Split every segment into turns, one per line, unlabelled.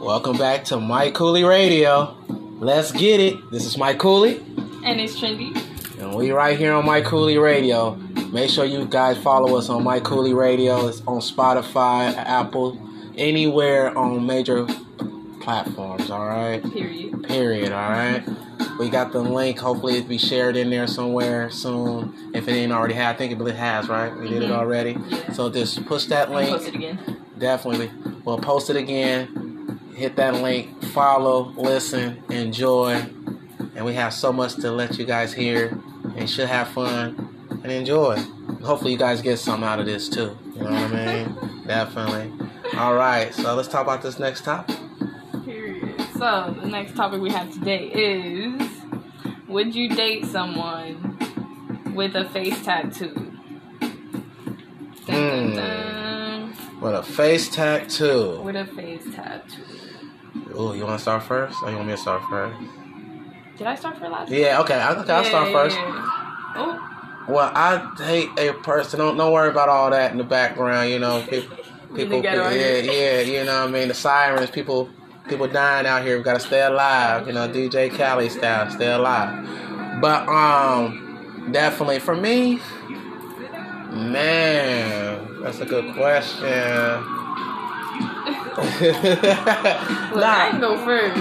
Welcome back to Mike Cooley Radio. Let's get it. This is Mike Cooley,
And it's trendy.
and we right here on Mike Cooley Radio. Make sure you guys follow us on Mike Cooley Radio. It's on Spotify, Apple, anywhere on major platforms. All right.
Period.
Period. All right. We got the link. Hopefully, it'll be shared in there somewhere soon. If it ain't already had, I think it has. Right? We did it
Mhm.
already. So just push that
Let me
link.
post it again.
Definitely. Well, post it again. Hit that link. Follow, listen, enjoy. And we have so much to let you guys hear and should have fun and enjoy. Hopefully, you guys get something out of this too. You know what I mean? Definitely. All right. So let's talk about this next topic.
Period. So the next topic we have today is: Would you date someone with a face tattoo? Dun, dun,
Hmm.
dun.
With a face tattoo.
With a face tattoo.
Ooh, you want to start first? Or you want me to start first?
Did I start for last?
Yeah. Okay. I- Okay. I'll start first.
Oh,
Well, I hate a person. Don't don't worry about all that in the background. You know, people,
We
people
together
yeah,
right
yeah.
here.
You know, what I mean, the sirens, people, people dying out here. We gotta stay alive. You know, DJ Cali style, stay alive. But um, definitely for me, man, that's a good question.
look, I can
nah,
go first.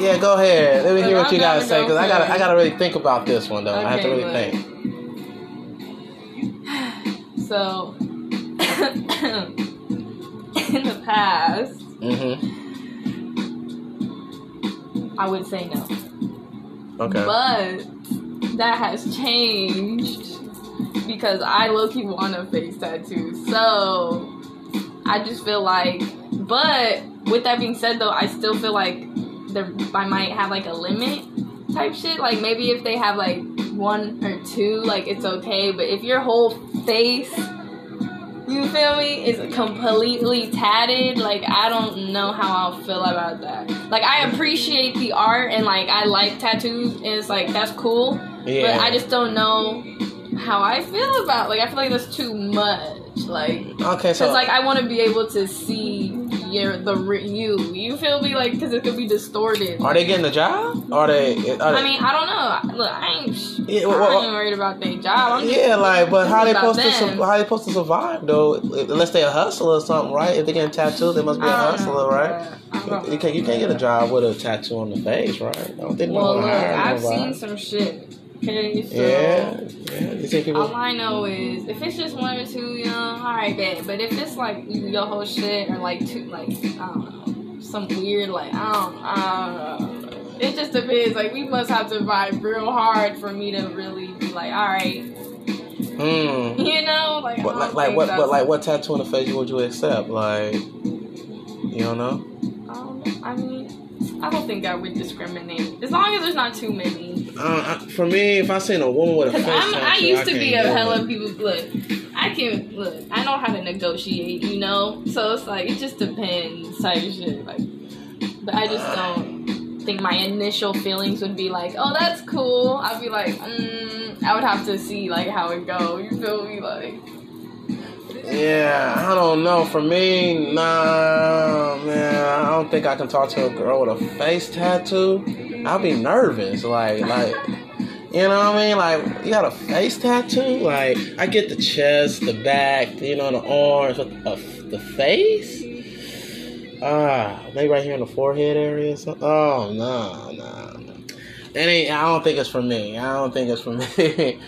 yeah, go ahead. Let me hear what you
Well, I'm
gotta say
gonna go
because I gotta,
first.
I gotta really think about this one though. I have to
Okay,
really
look.
think.
So, in the past,
Mm-hmm.
I would say no.
Okay.
But that has changed because I low key want a face tattoo. So, I just feel like, but with that being said, though, I still feel like there, I might have like a limit type shit. Like maybe if they have like one or two, like it's okay. But if your whole face, you feel me, is completely tatted, like I don't know how I'll feel about that. Like I appreciate the art and like I like tattoos and it's like that's cool.
yeah.
But I just don't know how I feel about like I feel like that's too much. Like
Okay, so
because like I want to be able to see your the re- you. You feel me? Like because it could be distorted.
are they getting a job? Are they? Are they
I mean, I don't know. Look, I ain't. sh
Yeah,
I
well, well,
ain't worried about their job. I'm just,
yeah, like, but how they
about
supposed to
them.
su- how they supposed to survive though? Unless they a hustler or something, right? If they getting tattooed, they must be a
I don't
hustler,
know,
right?
bro. I don't
You can't you can't get a job with a tattoo on the face, right? I don't think
know. Well,
no
look,
one hire
I've
nobody.
seen some shit. Okay, so
yeah, yeah. You see people.
all I know is if it's just one or two, you know, all right, bet. But if it's like you- your whole shit or like two, like I don't know, some weird like I don't, I don't know. It just depends. Like we must have to vibe real hard for me to really be like, all right,
Hmm.
you know, like
But
I don't
like, like
think
what?
that's-
But like, what tattoo on the face would you accept? Like, you don't know.
I don't- I mean, I don't think I would discriminate as long as there's not too many.
Uh, I- for me, if I seen a woman with a face
Cause I'm, I
tattoo,
used to be a
can't do
hell
it.
of people. Look, I can look. I know how to negotiate, you know. So it's like it just depends type shit. Like, but I just don't think my initial feelings would be like, oh, that's cool. I'd be like, mm, I would have to see like how it go. You feel me? Like,
Yeah, I don't know. For me, nah, man. I don't think I can talk to a girl with a face tattoo. I'll be nervous. Like, like, you know what I mean? Like, you got a face tattoo? Like, I get the chest, the back, you know, the arms, but the, the face? Ah, maybe right here in the forehead area. Or something. Oh, no, no, no. It ain't, I don't think it's for me. I don't think it's for me.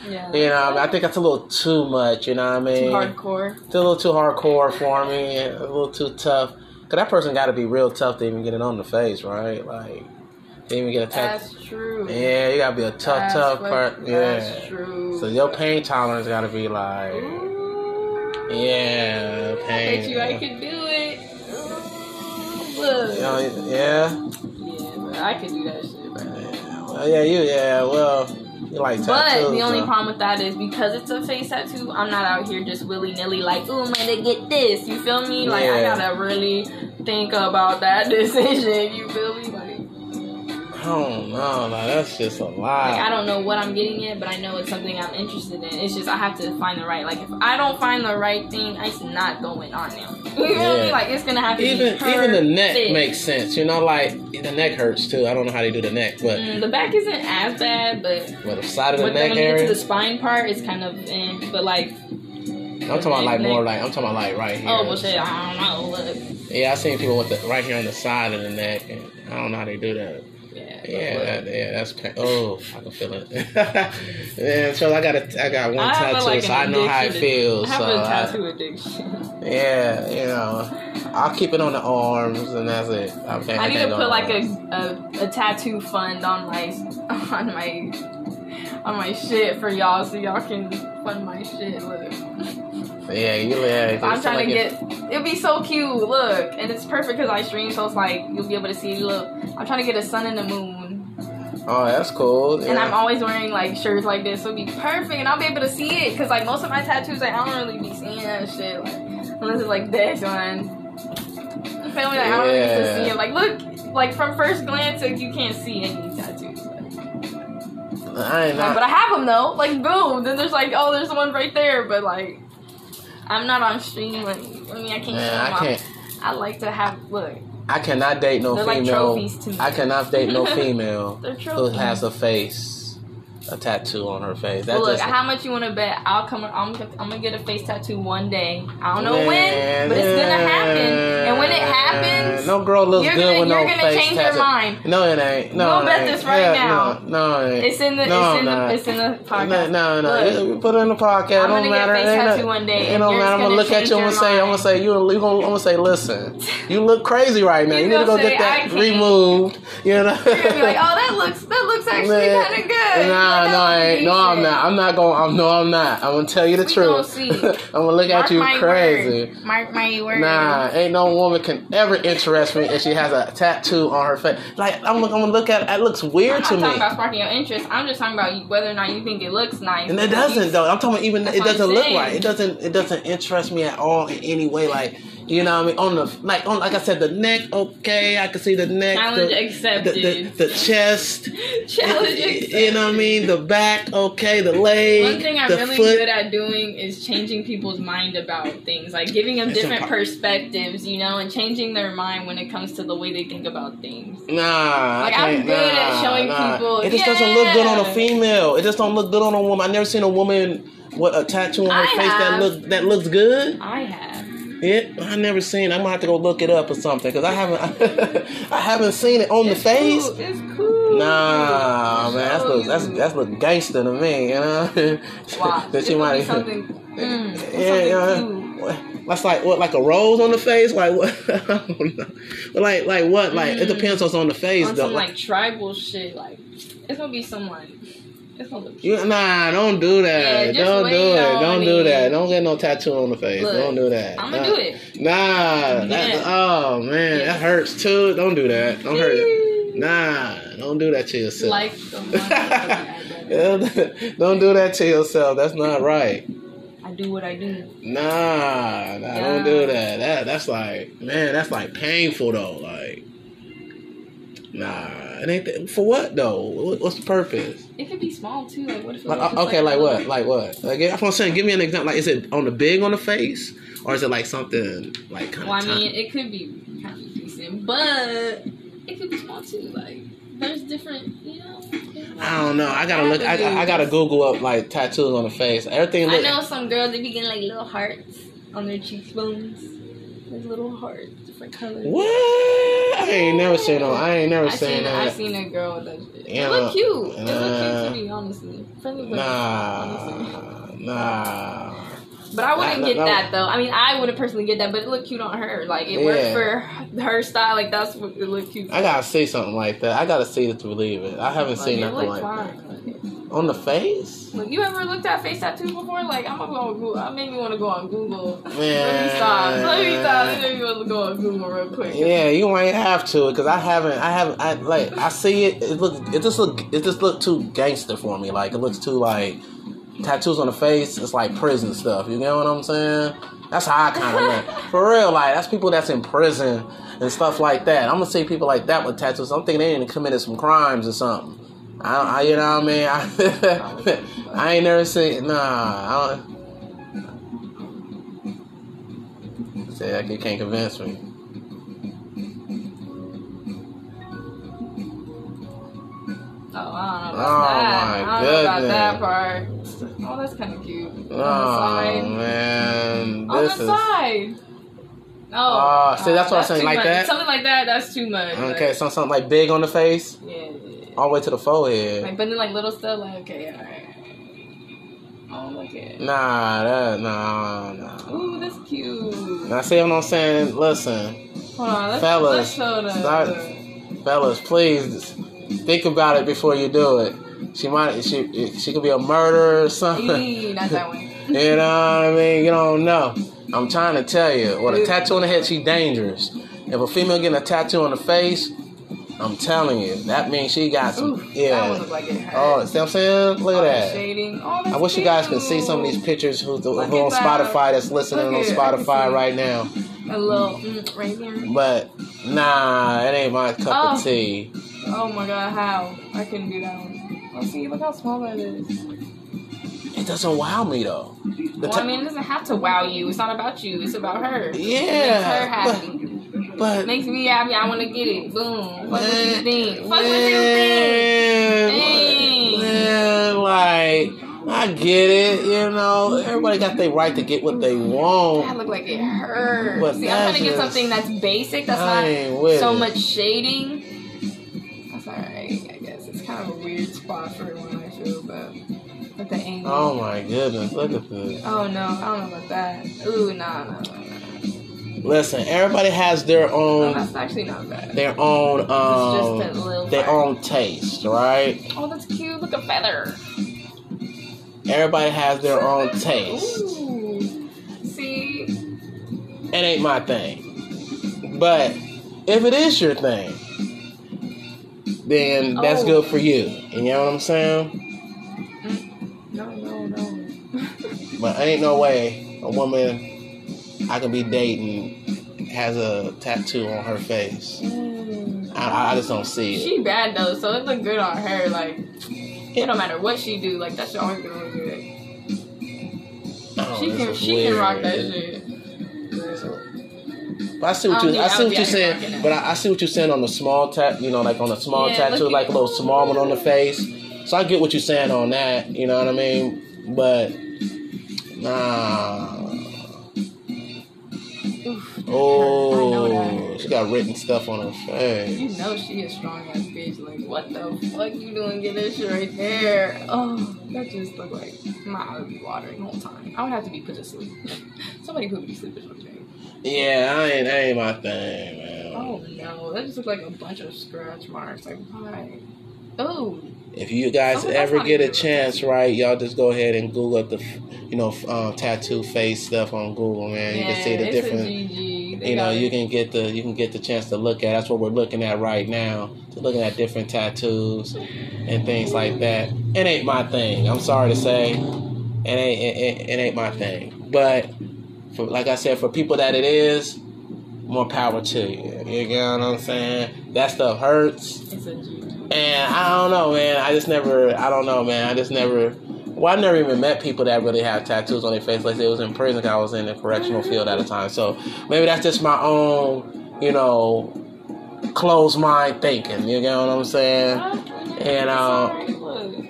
yeah,
you know, I, mean? I think that's a little too much. You know what I mean?
too hardcore.
It's a little too hardcore for me, a little too tough. Cause that person got to be real tough to even get it on the face, right? Like, to even get a tattoo.
That's true.
Yeah, you gotta be a tough,
That's
tough
what-
person.
That's
Yeah.
true.
So your pain tolerance gotta be like,
Ooh.
yeah,
I
pain.
bet you I could do it. Ooh,
You
Look.
know, yeah,
Yeah, but I could do that shit, bro.
Oh, yeah, you, yeah. Well, you like tattoos.
But the only
huh?
problem with that is because it's a face tattoo, I'm not out here just willy nilly like, ooh, I'm gonna get this. You feel me? Like, I
Yeah.
gotta really think about that decision. You feel me? Like,
I don't know. Like, that's just a
like, I
lie.
don't know what I'm getting yet, but I know it's something I'm interested in. It's just I have to find the right. Like, if I don't find the right thing, it's not going on now. You feel
Yeah.
me? Like it's gonna have to
Even
be
even the neck
perfect.
makes sense. You know, like the neck hurts too. I don't know how they do the neck, but
Mm, the back isn't as bad, but
well, the side of the
when,
neck
when you get to
area.
the spine part, it's kind of. Eh, but like,
I'm talking about like
neck.
more like I'm talking about like right here.
oh well, shit. I don't know. Look,
Yeah, I seen people with the right here on the side of the neck, and I don't know how they do that.
yeah. but
Yeah,
look.
that, yeah, that's pain. Oh, I can feel it. yeah, so I got a, I got one
I have,
tattoo,
like,
so
an
I know how it
addiction to-
feels.
I have
so
a
I-
tattoo addiction.
yeah, you know, I'll keep it on the arms, and that's it. I, can't,
I need to
can't go
put like
on.
a, a a tattoo fund on my on my on my shit for y'all, so y'all can fund my shit. Look,
yeah, you yeah.
I'm
it's
trying
like
to
it-
get. It'd be so cute. Look, and it's perfect because I stream, so it's like you'll be able to see. Look, I'm trying to get a sun and a moon,
Oh, that's cool.
and
yeah.
I'm always wearing like shirts like this, so it'd be perfect, and I'll be able to see it because like most of my tattoos, like, I don't really be seeing that shit. Like, unless it's like this one. You feel me? Like, I don't really get to see
Yeah.
it. Like, look, like from first glance, like, you can't see any tattoos.
I ain't
Like,
not.
but I have them though. Like, boom. Then there's like, oh, there's one right there. But like, I'm not on stream. Like, I mean, I can't.
Man, I
show my-
can't.
I like to have look.
I cannot date no
They're like
female.
trophies to me.
I cannot date no female
They're
who
trophies.
has a face, a tattoo on her face. That
But look,
just
how much you want to bet? I'll come. I'm, gonna- I'm gonna get a face tattoo one day. I don't know
Man,
when, but it's gonna happen.
man.
And when it happens,
no girl looks
you're
good
gonna-
with
you're
no
gonna
face
change your
tattoo.
mind.
No, it ain't. No,
We'll
it
bet
ain't.
this right
Yeah,
now.
No, no, it ain't.
it's in the
No,
it's in
not.
the it's in the
No,
podcast.
no, no.
Look.
It- Put it in the podcast. it
I'm
don't
gonna get
matter.
face
Ain't
tattoo
no-
one day,
It
and
don't
you're
matter. I'm
just
gonna
gonna
look at you. I'm gonna
change
say.
your
I'm gonna
mind.
say you. You gonna. I'm gonna say. Listen, you look crazy right now. You,
You
need to go
gonna
get
say, "I
that
can't."
removed. You know.
You're gonna be like, oh, that looks that looks actually
Man,
kind of good.
Nah,
Like,
no, I
that
ain't. No,
looks
I'm not. I'm not going. I'm no, I'm not. I'm gonna tell you the
We gonna
truth.
see.
I'm gonna look at
decent.
you
Mark my
crazy.
word. Mark my word.
Nah, ain't no woman can ever interest me if she has a tattoo on her face. Like I'm, look, I'm gonna look at it. It looks
I'm
weird
not
to
talking
me,
about sparking your interest. I'm just talking about you- whether or not you think it looks nice.
and it doesn't though. I'm talking about even it
what I'm
doesn't look
saying.
right. It doesn't. It doesn't interest me at all in any way. Like you know, what I mean, on the like on like I said, the neck. Okay, I can see the neck.
Challenge
the,
accepted.
The, the, the chest.
Challenge accepted.
You know what I mean? The back. Okay, the leg.
One thing I'm
the
really
foot.
good at doing is changing people's mind about things, like giving them
It's
different
impo-
perspectives, you know, and changing their mind when it comes to the way they think about things.
Nah,
Like,
I
I'm
can't,
good at
nah,
showing
nah.
people-
It just doesn't look good on a
Yeah.
female. It just don't look good on a woman. I never seen a woman with a tattoo on her
I
face that
have.
look that looks good.
I have.
Yeah, I never seen. I'm gonna have to go look it up or something because I haven't I haven't seen it on the
It's
face.
cool. It's cool.
Nah, man, that's
Show
look that's
you.
that's look gangster to me. You know
Watch.
that
It
you
could be
might.
something. Mm, something
Yeah, yeah.
cute.
What- That's like what, like a rose on the face, like what? I don't know. But like, like what? Like it
Mm.
depends on what's on the face,
on
though.
some like tribal shit. Like it's gonna be some like it's gonna look.
You, nah, don't do
Yeah,
that.
just
don't
wait,
do it.
though,
Don't
I
do
mean-
that. Don't get no tattoo on the face.
Look,
don't do that.
I'm gonna
nah.
do it.
Nah. that-
Yeah.
oh man,
Yeah.
that hurts too. Don't do that. Don't hurt. it. Nah, don't do that to yourself.
Like the one I
don't do that to yourself. That's not right.
do what I do.
Nah, nah, don't do that. That that's like man, that's like painful though. Like, nah, it ain't that, for what though? What, what's the purpose?
It could be small too. Like what if? It was
Like,
just,
uh, okay, like
a
what? Like what? Like yeah, that's what I'm saying. Give me an example. Like, is it on the big on the face, or is it like something like kind
Well, I
of?
mean, it could be kind of decent, but it could be small too. Like there's different, you know.
I don't know. I gotta look. I, I, I gotta Google up like tattoos on the face. Everything.
I
Look,
know some girls they be getting like little hearts on their cheekbones. There's little hearts, different colors.
What? I ain't never seen no. I ain't never
I
seen
seen, I
that.
seen a girl with that shit.
Yeah.
It look cute. It look
Uh,
cute to be honest. with you. Friendly with honestly.
Nah, nah.
But I wouldn't
Nah,
get
nah, nah.
that though. I mean, I wouldn't personally get that, but it looked cute on her. Like it
Yeah.
worked for her style. Like that's what it looked cute.
I gotta see something like that. I gotta see it to believe it. I haven't
Like,
seen
it
nothing
looked
like that.
fine.
On the face?
Look, you ever looked at face tattoos before? Like I'm gonna go on Google. I made me want to go on Google. Let me stop. Let me stop. It made me want to go on Google real quick.
Yeah, you might have to because I haven't. I haven't. I like. I see it. It look. It just look. It just look too gangster for me. Like it looks too like tattoos on the face. It's like prison stuff. You know what I'm saying? That's how I kind of look. For real, like that's people that's in prison and stuff like that. I'm gonna see people like that with tattoos. I'm thinking they didn't committed some crimes or something. I, don't- I you know what I mean? I, I ain't never seen. Nah, I don't. Say like, you can't convince me.
Oh, I don't know
Oh,
about that.
my
I don't know about
goodness.
that part. Oh, that's kind of cute. On the
Oh
side.
man,
On
this
the
is.
side. Oh,
Ah, see, that's what I'm saying,
too
like
much.
that?
Something like that. That's too much.
Okay, so something like big on the face,
Like, yeah.
all the way to the forehead.
Like, but then like little stuff. Like okay, all right. I don't like it.
Nah, that nah nah.
Ooh, that's cute.
Now see what I'm saying? Listen,
Hold on, let's,
fellas,
let's show them.
start- fellas, please think about it before you do it. She might she she could be a murderer or something.
Eee, not that one.
you know what I mean? You don't know. I'm trying to tell you. With a
Dude.
tattoo on the head, she dangerous. If a female getting a tattoo on the face, I'm telling you, that means she got some.
Ooh, that one
yeah.
looked like it hurt.
Oh, see what I'm saying? Look
All
at
the
that.
Shading. Oh,
I
that's
wish you guys could see
cute.
some of these pictures who, who
Look
on
at that.
Spotify that's listening
Look
on
at it. I can see
Spotify
it.
right now.
A little mm, right here.
But nah, it ain't my cup
Oh.
of tea.
Oh my god, how? I couldn't do that one. Oh, see, look how small that is.
It doesn't wow me though. The
Well,
t-
I mean, it doesn't have to wow you. It's not about you. It's about her.
yeah,
Makes her happy.
but, but
Makes me happy. I want to get it. Boom. Fuck what you
Man,
think. Fuck what you think.
man,
Dang.
man, like I get it. You know, everybody got their right to get what they
That
want.
look like it hurt.
But
See, I'm trying to get
that's
something that's basic. That's
I ain't with
not so
it.
much shading. That's alright, I guess. It's kind of a weird spot for everyone, I feel, but with the angle.
Oh my goodness, look at this.
Oh, no, I don't know about that. Ooh, nah, nah, nah, nah.
Listen, everybody has their
Oh,
own
that's actually not bad.
their own um
just a little
their
part.
own taste, right?
Oh, that's cute. Look a feather.
Everybody has their own taste.
Ooh. See?
It ain't my thing. But if it is your thing, then that's
Oh.
good for you. You know what I'm saying?
No, no, no.
But ain't no way a woman I could be dating has a tattoo on her face.
Mm.
I- I, I just don't see it.
She bad though, so it look good on her. Like, it don't matter what she do. Like that shit always gonna look good.
Oh,
She
this
can
is
she can rock
weird.
that shit.
But I see what
I don't
you I
think-
see what
I don't
you're
think I can rock
saying.
it.
But I, I see what you're saying on the small tat, you know, like on a small
Yeah,
tattoo,
look
like a
at-
little small one on the face. So I get what you're saying on that. You know what I mean? But nah.
Oof, I know
Oh,
that.
she got written stuff on her face.
You know she is strong as bitch. Like what the fuck you doing? Get this shit right there. Oh, that just look like my eye would be watering the whole time. I would have to be put to sleep. Somebody put me to sleep or something.
Yeah, I ain't, that ain't my thing, man.
Oh no, that just looked like a bunch of scratch marks. Like why? Oh,
If you guys
Oh, that's
ever
not
get a
even a
chance, right, y'all just go ahead and Google up the, f- you know, f- um, tattoo face stuff on Google, man. You can see the
it's
different.
a GG. They
you know
got
you
it.
can get the you can get the chance to look at that's what we're looking at right now looking at different tattoos and things like that it ain't my thing i'm sorry to say it ain't it, it, it ain't my thing but for, like i said for people that it is more power to you you know what i'm saying that stuff hurts
It's a GG.
and i don't know man i just never i don't know man i just never well, I never even met people that really have tattoos on their face. Like I said, it was in prison. 'cause I was in the correctional
Mm-hmm.
field at the time, so maybe that's just my own, you know, closed mind thinking. You know what I'm saying?
It's
And um,
alright,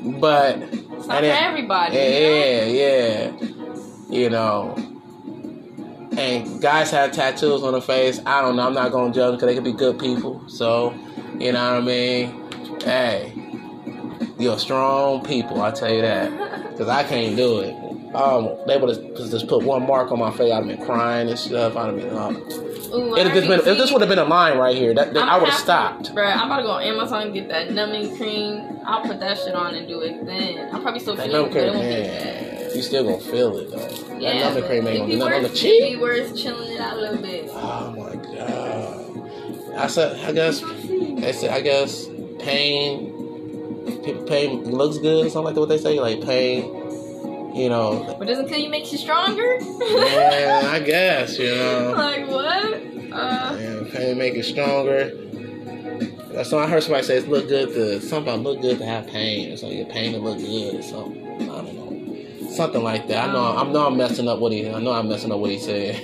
look.
but
It's not
And it-
for everybody. you know?
yeah, yeah, you know. And guys have tattoos on their face. I don't know. I'm not gonna judge because they could be good people. So, you know what I mean? Hey, you're strong people. I tell you that. Cause I can't do it. Um, they would have just put one mark on my face. I'd have been crying and stuff. I'd have been. Uh,
Ooh,
it'd have just been. If this would have been a line right here, that, that I
I'ma
would have
have to-
stopped.
Bruh, I'm about to go on Amazon and get that numbing cream. I'll put that shit on and do it then. I'm probably still
That
feeling
number
it, but it
cream,
won't be
man, you still gonna feel it though.
Yeah,
that number
but
cream ain't
it'd
gonna
be
do nothing on the
worth-
cheek.
It'd be worth chilling it out a little bit.
Oh my god! I said, I guess, I said, I guess, pain, p- pain looks good or something like that. What they say, like pain, you know.
But doesn't kill you makes you stronger?
Yeah, I guess you know.
like what? Uh,
Yeah, pain make it stronger. That's why I heard somebody say it's look good to something about look good to have pain or something. Your pain to look good or something. I don't know. something like that. I know I know I'm messing up what he I know I'm messing up what he said.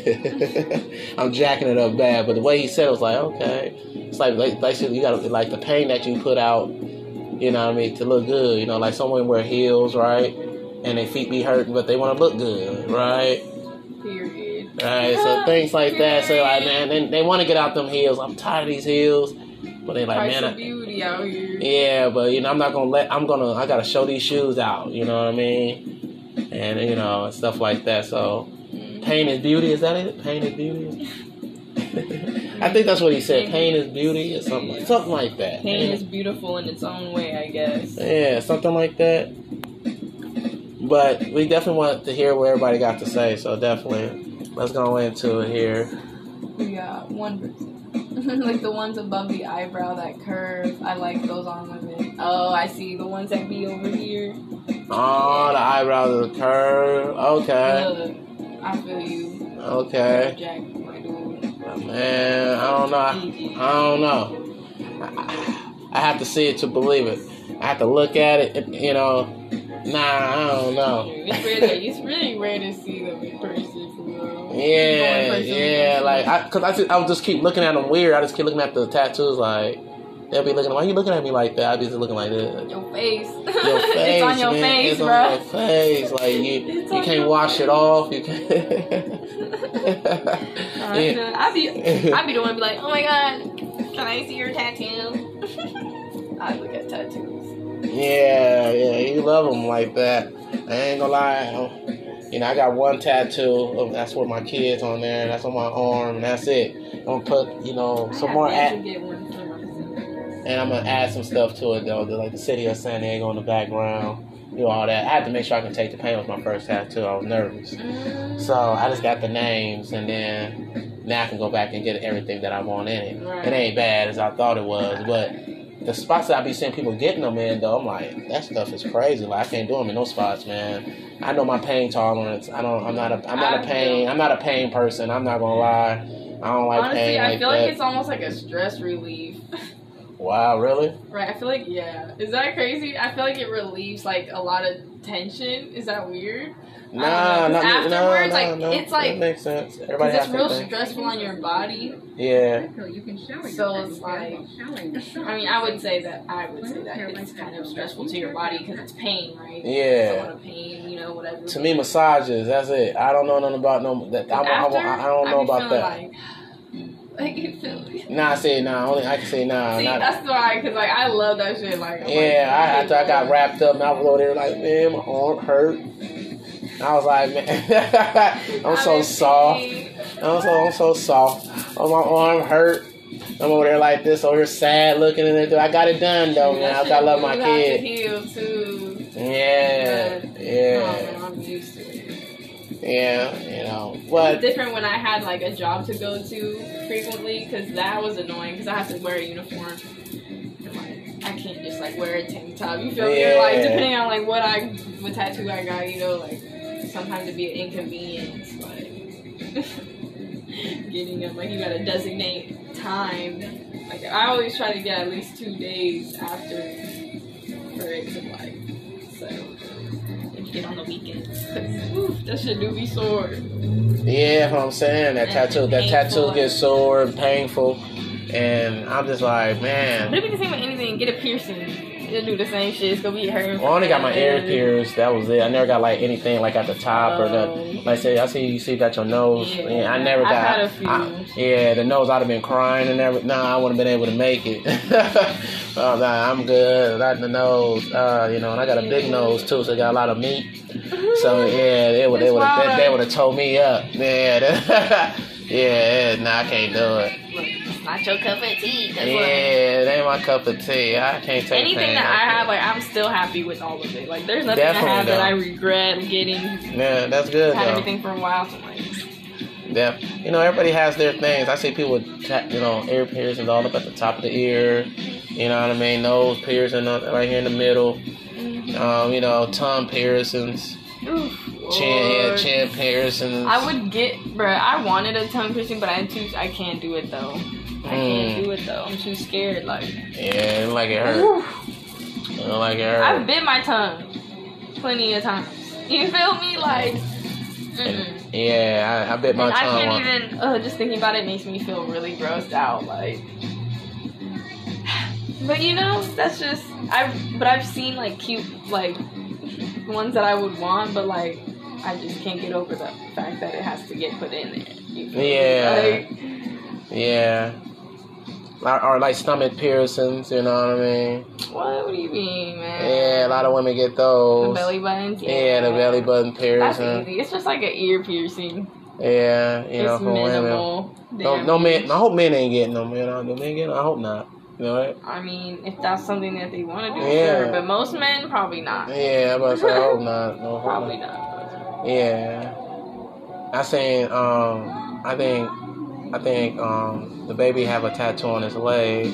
I'm jacking it up bad, but the way he said it was like okay. It's like like, like you got to like the pain that you put out. You know what I mean to look good. You know like someone wear heels right, and their feet be hurting, but they want to look good right.
Period.
Right,
Oh,
so things like that. So like, man, they, they want to get out them heels. I'm tired of these heels, but they like,
Price
man,
of
I,
beauty out here.
yeah, but you know, I'm not gonna let. I'm gonna. I gotta show these shoes out. You know what I mean? And you know, and stuff like that. So,
Mm-hmm.
pain is beauty. Is that it? Pain is beauty. I think that's what he said. Pain is beauty, or something, something like that.
Pain is beautiful in its own way, I guess.
Yeah, something like that. But we definitely want to hear what everybody got to say. So definitely, let's go into it here.
We got one person. like the ones above the eyebrow that curve. I like those on women. Oh, I see the ones that be over here.
Oh, the eyebrows are curved. Okay,
Look, I feel you.
okay.
Jack, my dude.
Man, I don't know. Eh? I,
Easy.
don't know. I, I have to see it to believe it. I have to look at it. and, You know, nah, I don't know.
It's rare. that- It's really rare to see them in person. For real. Going
yeah,
person to
yeah.
person.
Like, I, cause I, just, I would just keep looking at them weird. I just keep looking at the tattoos. Like, they'll be looking. Why you looking at me like that? I'd be just looking like this.
your face.
Your face,
it's on your
man.
face,
it's
bro.
on your face. Like you,
It's
you
on
can't
your
wash it
face.
off. You can't.
I
yeah.
feel- I be, I be the one to be like, oh my god, can I see your tattoo? I look at tattoos.
Yeah, yeah, you love them like that. I ain't gonna lie. You know, I got one tattoo. Of, that's with my kids on there. That's on my arm, and that's it. I'm gonna put, you know, some more,
I
at,
should get one for myself.
and I'm gonna add some stuff to it though, like the city of San Diego in the background, do all that. I had to make sure I can take the pain with my first tattoo. I was nervous,
Mm,
so I just got the names, and then now I can go back and get everything that I want in it.
Right.
It ain't bad as I thought it was, but the spots that I be seeing people getting them in, though, I'm like, that stuff is crazy. Like I can't do them in those spots, man. I know my pain tolerance. I don't. I'm not a. I'm not a
I
pain.
feel-
I'm not a pain person. I'm not gonna lie. I don't like
Honestly,
pain like
I feel
that.
like it's almost like a stress relief.
wow, really?
Right, I feel like yeah. Is that crazy? I feel like it relieves like a lot of tension. Is that weird?
Nah,
know, 'cause
not, me- no,
afterwards,
no,
like,
no.
it's like-
that makes sense. Everybody
Because
has
it's real
something.
stressful on your body.
Yeah,
So it's like, I mean, I would say that I would say that it's kind of stressful to your body because it's pain, right? It's a lot
yeah.
of pain, you know, whatever.
To me, massages. That's it. I don't know nothing about no. That, I, I,
After,
I, I don't know
be
about
feeling
that.
Like, like it feels. See,
Nah, I say nah. Only I can say nah. not,
that's why, cause like I love that shit. Like, I'm
yeah, I
like,
after I got wrapped up and I was over there like, man, my arm hurt. I was like, man, I'm so
in
soft.
pain.
I'm so I'm so soft. Oh, my arm hurt. I'm over there like this, over here sad looking and everything. I got it done though, man. I
That
gotta love
shit
my
do have to
kid.
heal, too.
Yeah,
Oh,
yeah,
man, I'm used to it.
yeah. You know,
It's
but
different when I had like a job to go to frequently, cause that was annoying, cause I have to wear a uniform. And, like, I can't just like wear a tank top. You feel me? Or, Like
Yeah.
depending on like what I, what tattoo I got, you know, like sometimes it'd be an inconvenience, like getting them. Like you gotta designate time. Like I always try to get at least two days after for it to like. So if you get on the weekends, 'cause, oof, that shit do be sore.
yeah, what I'm saying that tattoo, that tattoo
Painful.
gets sore and painful, and I'm just like, man.
But if you can same with anything, get a piercing. It'll do the same shit. It's gonna be hurting.
Well, I only got my ear
pierced.
pierced. That was it. I never got like anything like at the top or the
Oh.
like. Say, I see you see that your nose. Yeah,
Yeah.
I never
I've
got.
had a few.
I- yeah, the nose. I'd have been crying and everything. Nah, I wouldn't have been able to make it. oh, nah, I'm good. Not the nose. Uh, you know, and I got a big
Yeah.
nose too, so I got a lot of meat. So yeah, they would they would
That's
they,
wild.
they would have towed me up. Yeah, that- yeah, yeah. Nah, I can't do it.
not your cup of tea. That's what
Yeah, it ain't my cup of tea. I can't take
Anything
pain like
that I have, like I'm still happy with all of it. Like there's nothing
Definitely,
I have that
though.
I regret getting. Had
Yeah, that's good though.
everything for a while. So like,
Yeah, you know everybody has their things. I see people, with ta- you know, ear piercings all up at the top of the ear. You know what I mean? Nose piercing up right here in the middle. Um, you know, tongue piercings,
oof,
chin, yeah,
Lord.
chin piercings.
I would get, bruh, I wanted a tongue piercing, but I too, I can't do it though. I
Mm.
can't do it though. I'm too scared. Like,
Yeah, like it hurt.
oof.
Like it
I've
hurt.
bit my tongue plenty of times. You feel me? Like, mm.
Yeah, I, I bit my
and I
tongue. on-
can't even. Uh, just thinking about it makes me feel really grossed out. Like, but you know, that's just I. But I've seen like cute like ones that I would want, but like I just can't get over the fact that it has to get put in there. You feel me?
Yeah.
Like,
Yeah. Or, or like stomach piercings, you know what I mean?
what? What do you mean, man?
Yeah, a lot of women get
The
those.
belly buttons.
yeah, the belly button
That's
piercing.
easy. It's just like an ear piercing.
Yeah, you know,
it's
for women.
minimal.
No, no men. I hope men ain't getting them. You know, do men get 'em? I hope not. You know what?
I mean, if that's something that they want to do,
Yeah.
sure. But most men, probably not.
Yeah, I'm about to say I hope not. No, I hope
Probably
not.
not.
Yeah. I seen. Um, I think. I think um, the baby have a tattoo on his leg,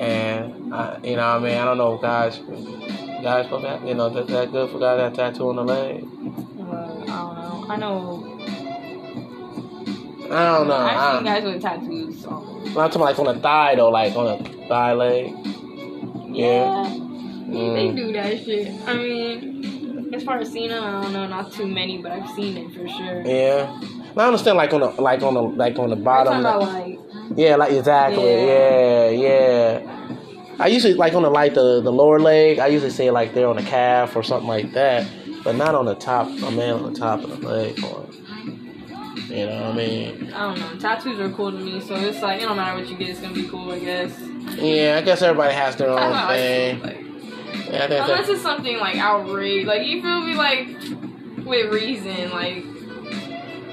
and I, you know, what I mean, I don't know, if guys, guys, for that, you know, that that good for guys that tattoo on the leg.
Well, I don't know. I know.
I don't know.
I've
Uh, I,
seen guys with tattoos. So.
I'm talking like on the thigh though, like on the thigh leg. Yeah. Mm.
Yeah. They do that shit. I mean, as far as seeing them, I don't know. Not too many, but I've seen it for sure.
Yeah. I understand, like on the, like on the, like on the
We're
bottom.
talking about like,
Yeah, like exactly. Yeah.
Yeah.
yeah, I usually like on the like the, the lower leg. I usually say like there on the calf or something like that, but not on the top. A man on the top of the leg, or you know what I mean?
I don't know. Tattoos are cool to me, so it's like it don't matter what you get, it's gonna be cool, I guess.
Yeah, I guess everybody has their
I don't know.
own
Oh, I
thing.
just, like,
Yeah, I think
Unless
that,
it's something like outrage, like you feel me, like with reason, like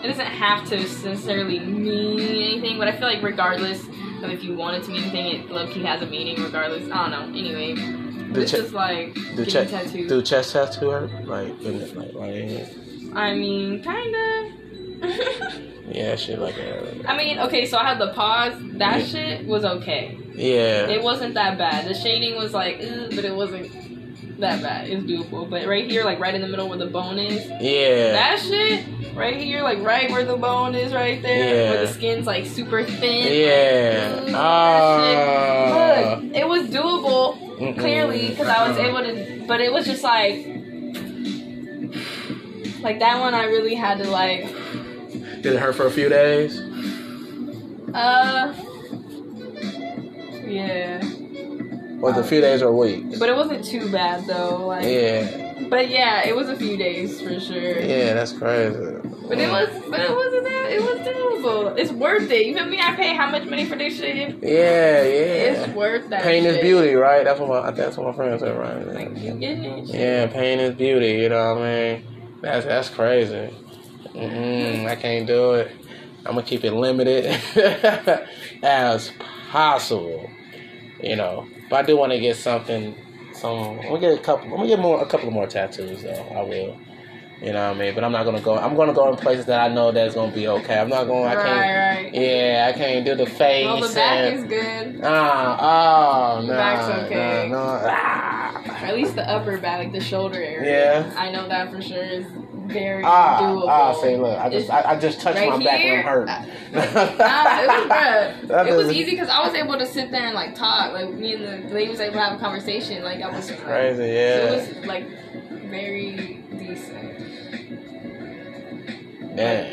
it doesn't have to necessarily mean anything. But I feel like regardless of if you want it to mean anything, it low key has a meaning. Regardless, I don't know. Anyway,
do,
it's
che-
just like
do,
getting
che-
tattooed.
do chest tattoo hurt? Like, in it, like, right here.
I mean, kind of.
yeah, shit like that.
I mean, okay, so I had the pause. That
Yeah.
shit was okay.
Yeah,
It wasn't that bad. The shading was like, "Ugh," but it wasn't that bad. It's doable. But right here, like right in the middle where the bone is.
yeah,
That shit right here, like right where the bone is, right there,
Yeah.
where the skin's like super thin.
yeah.
Ooh,
Ah.
Look, it was doable
Mm-mm.
clearly because I was
Uh-uh.
able to, but it was just like, like that one. I really had to like,
Did it hurt for a few days?
uh, yeah.
Was it a few days or a week?
But it wasn't too bad though. Like,
Yeah,
but yeah, it was a few days for sure.
yeah, that's crazy.
But it was, but it wasn't that. It was doable. It's worth it. You feel me? I pay how much money for this shit?
Yeah, yeah.
It's worth that.
Pain is
shit.
beauty, right? That's what my that's what my friend said, right?
Like you getting it?
Yeah, pain is beauty. You know what I mean? That's that's crazy. Mm-mm, I can't do it. I'm gonna keep it limited as possible. You know, but I do want to get something. Some I'm gonna get a couple. I'm gonna get more a couple more tattoos though. I will. You know what I mean? But I'm not gonna go. I'm gonna go in places that I know that's gonna be okay. I'm not going. I can't.
right, right.
Yeah, I can't do the face.
Well, the back
and,
is good.
Ah, oh, no.
Back's okay.
No, no. Ah.
Or at least the upper back, like the shoulder area.
Yeah.
I know that for sure is very
Ah,
doable.
ah, see, look, I just,
It's-
I, I just touched
right
my back and
here?
it hurt.
Nah, it was
That
bruh. It was
is
easy because I was able to sit there and like talk. Like me and the lady was able to have a conversation. Like I was
Crazy,
It
yeah.
was like very decent.
yeah.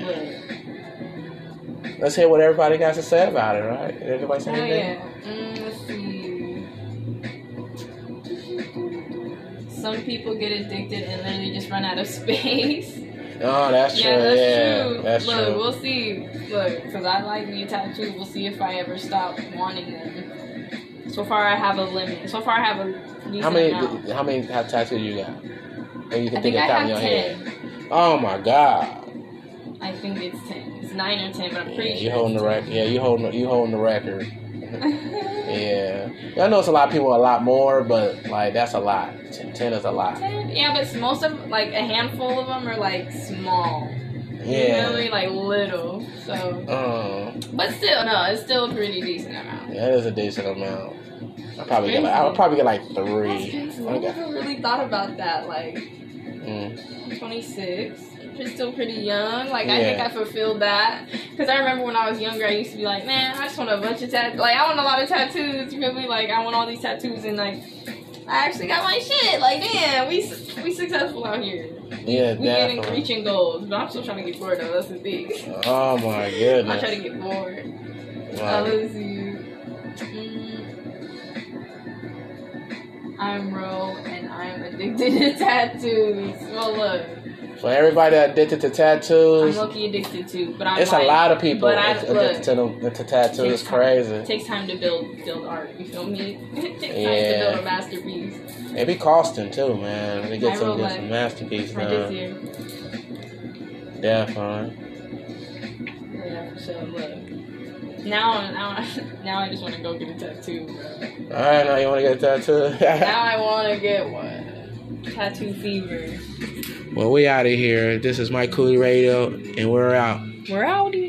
Look,
Let's hear what everybody got to say about it, right? Did everybody say
hell
anything?
Oh, yeah. Mm, let's see. Some people get addicted and literally just run out of space.
Oh, that's true.
Yeah, that's true.
that's
Look,
true.
we'll see. Look, because I like new tattoos. We'll see if I ever stop wanting them. So far, I have a limit. So far, I have a decent
How many,
amount.
how many have tattoos you got? Or you can
I think
of
I
top of
have
your head.
ten.
Oh my god.
I think it's ten. It's nine or ten, but I'm
Yeah,
pretty
you
sure.
holding the record. Yeah, you holding, the- you holding the record.
ten
Yeah, I know it's a lot of people, a lot more, but like that's a lot. Ten, 10 is a lot.
Yeah, but it's most of like a handful of them are like small,
Yeah.
really like little. So,
Um,
but still, no, it's still a pretty decent amount.
yeah, that is a decent amount. I probably get like, I would probably get like
That's
three.
crazy. I
Okay.
never really thought about that. Like,
Mm.
26. You're still pretty young. Like, I think
Yeah.
I fulfilled that. Because I remember when I was younger, I used to be like, man, I just want a bunch of tattoos. Like, I want a lot of tattoos. You feel me? Like, I want all these tattoos. And, like, I actually got my shit. Like, damn, we, su- we successful out here.
Yeah,
We getting
definitely.
reaching goals, but I'm still trying to get four though. That's the thing.
Oh my
I try
goodness.
to get more. Uh,
Like,
let's see. Mm. I'm Ro and I'm addicted to tattoos. Well, look,
for everybody that addicted to
I'm
tattoos,
lucky addicted to, but I'm
it's
like,
a lot of people
but I-
that's addicted to, them, to tattoos.
It
It's
takes time. It
crazy.
takes time to build build art. You feel me? It takes time to
Yeah.
build a masterpiece.
It be costing too, man. They
I
get
wrote
some, get
like-
some masterpiece
For
now.
this year,
Definitely.
yeah, for sure. Look, now, I- now, I- now I just want to go get a tattoo. bro.
All right, now you want to get a tattoo?
Now I want to get one. Tattoo fever.
well, we out of here. This is Mike Cooley Radio, and we're out.
We're outie.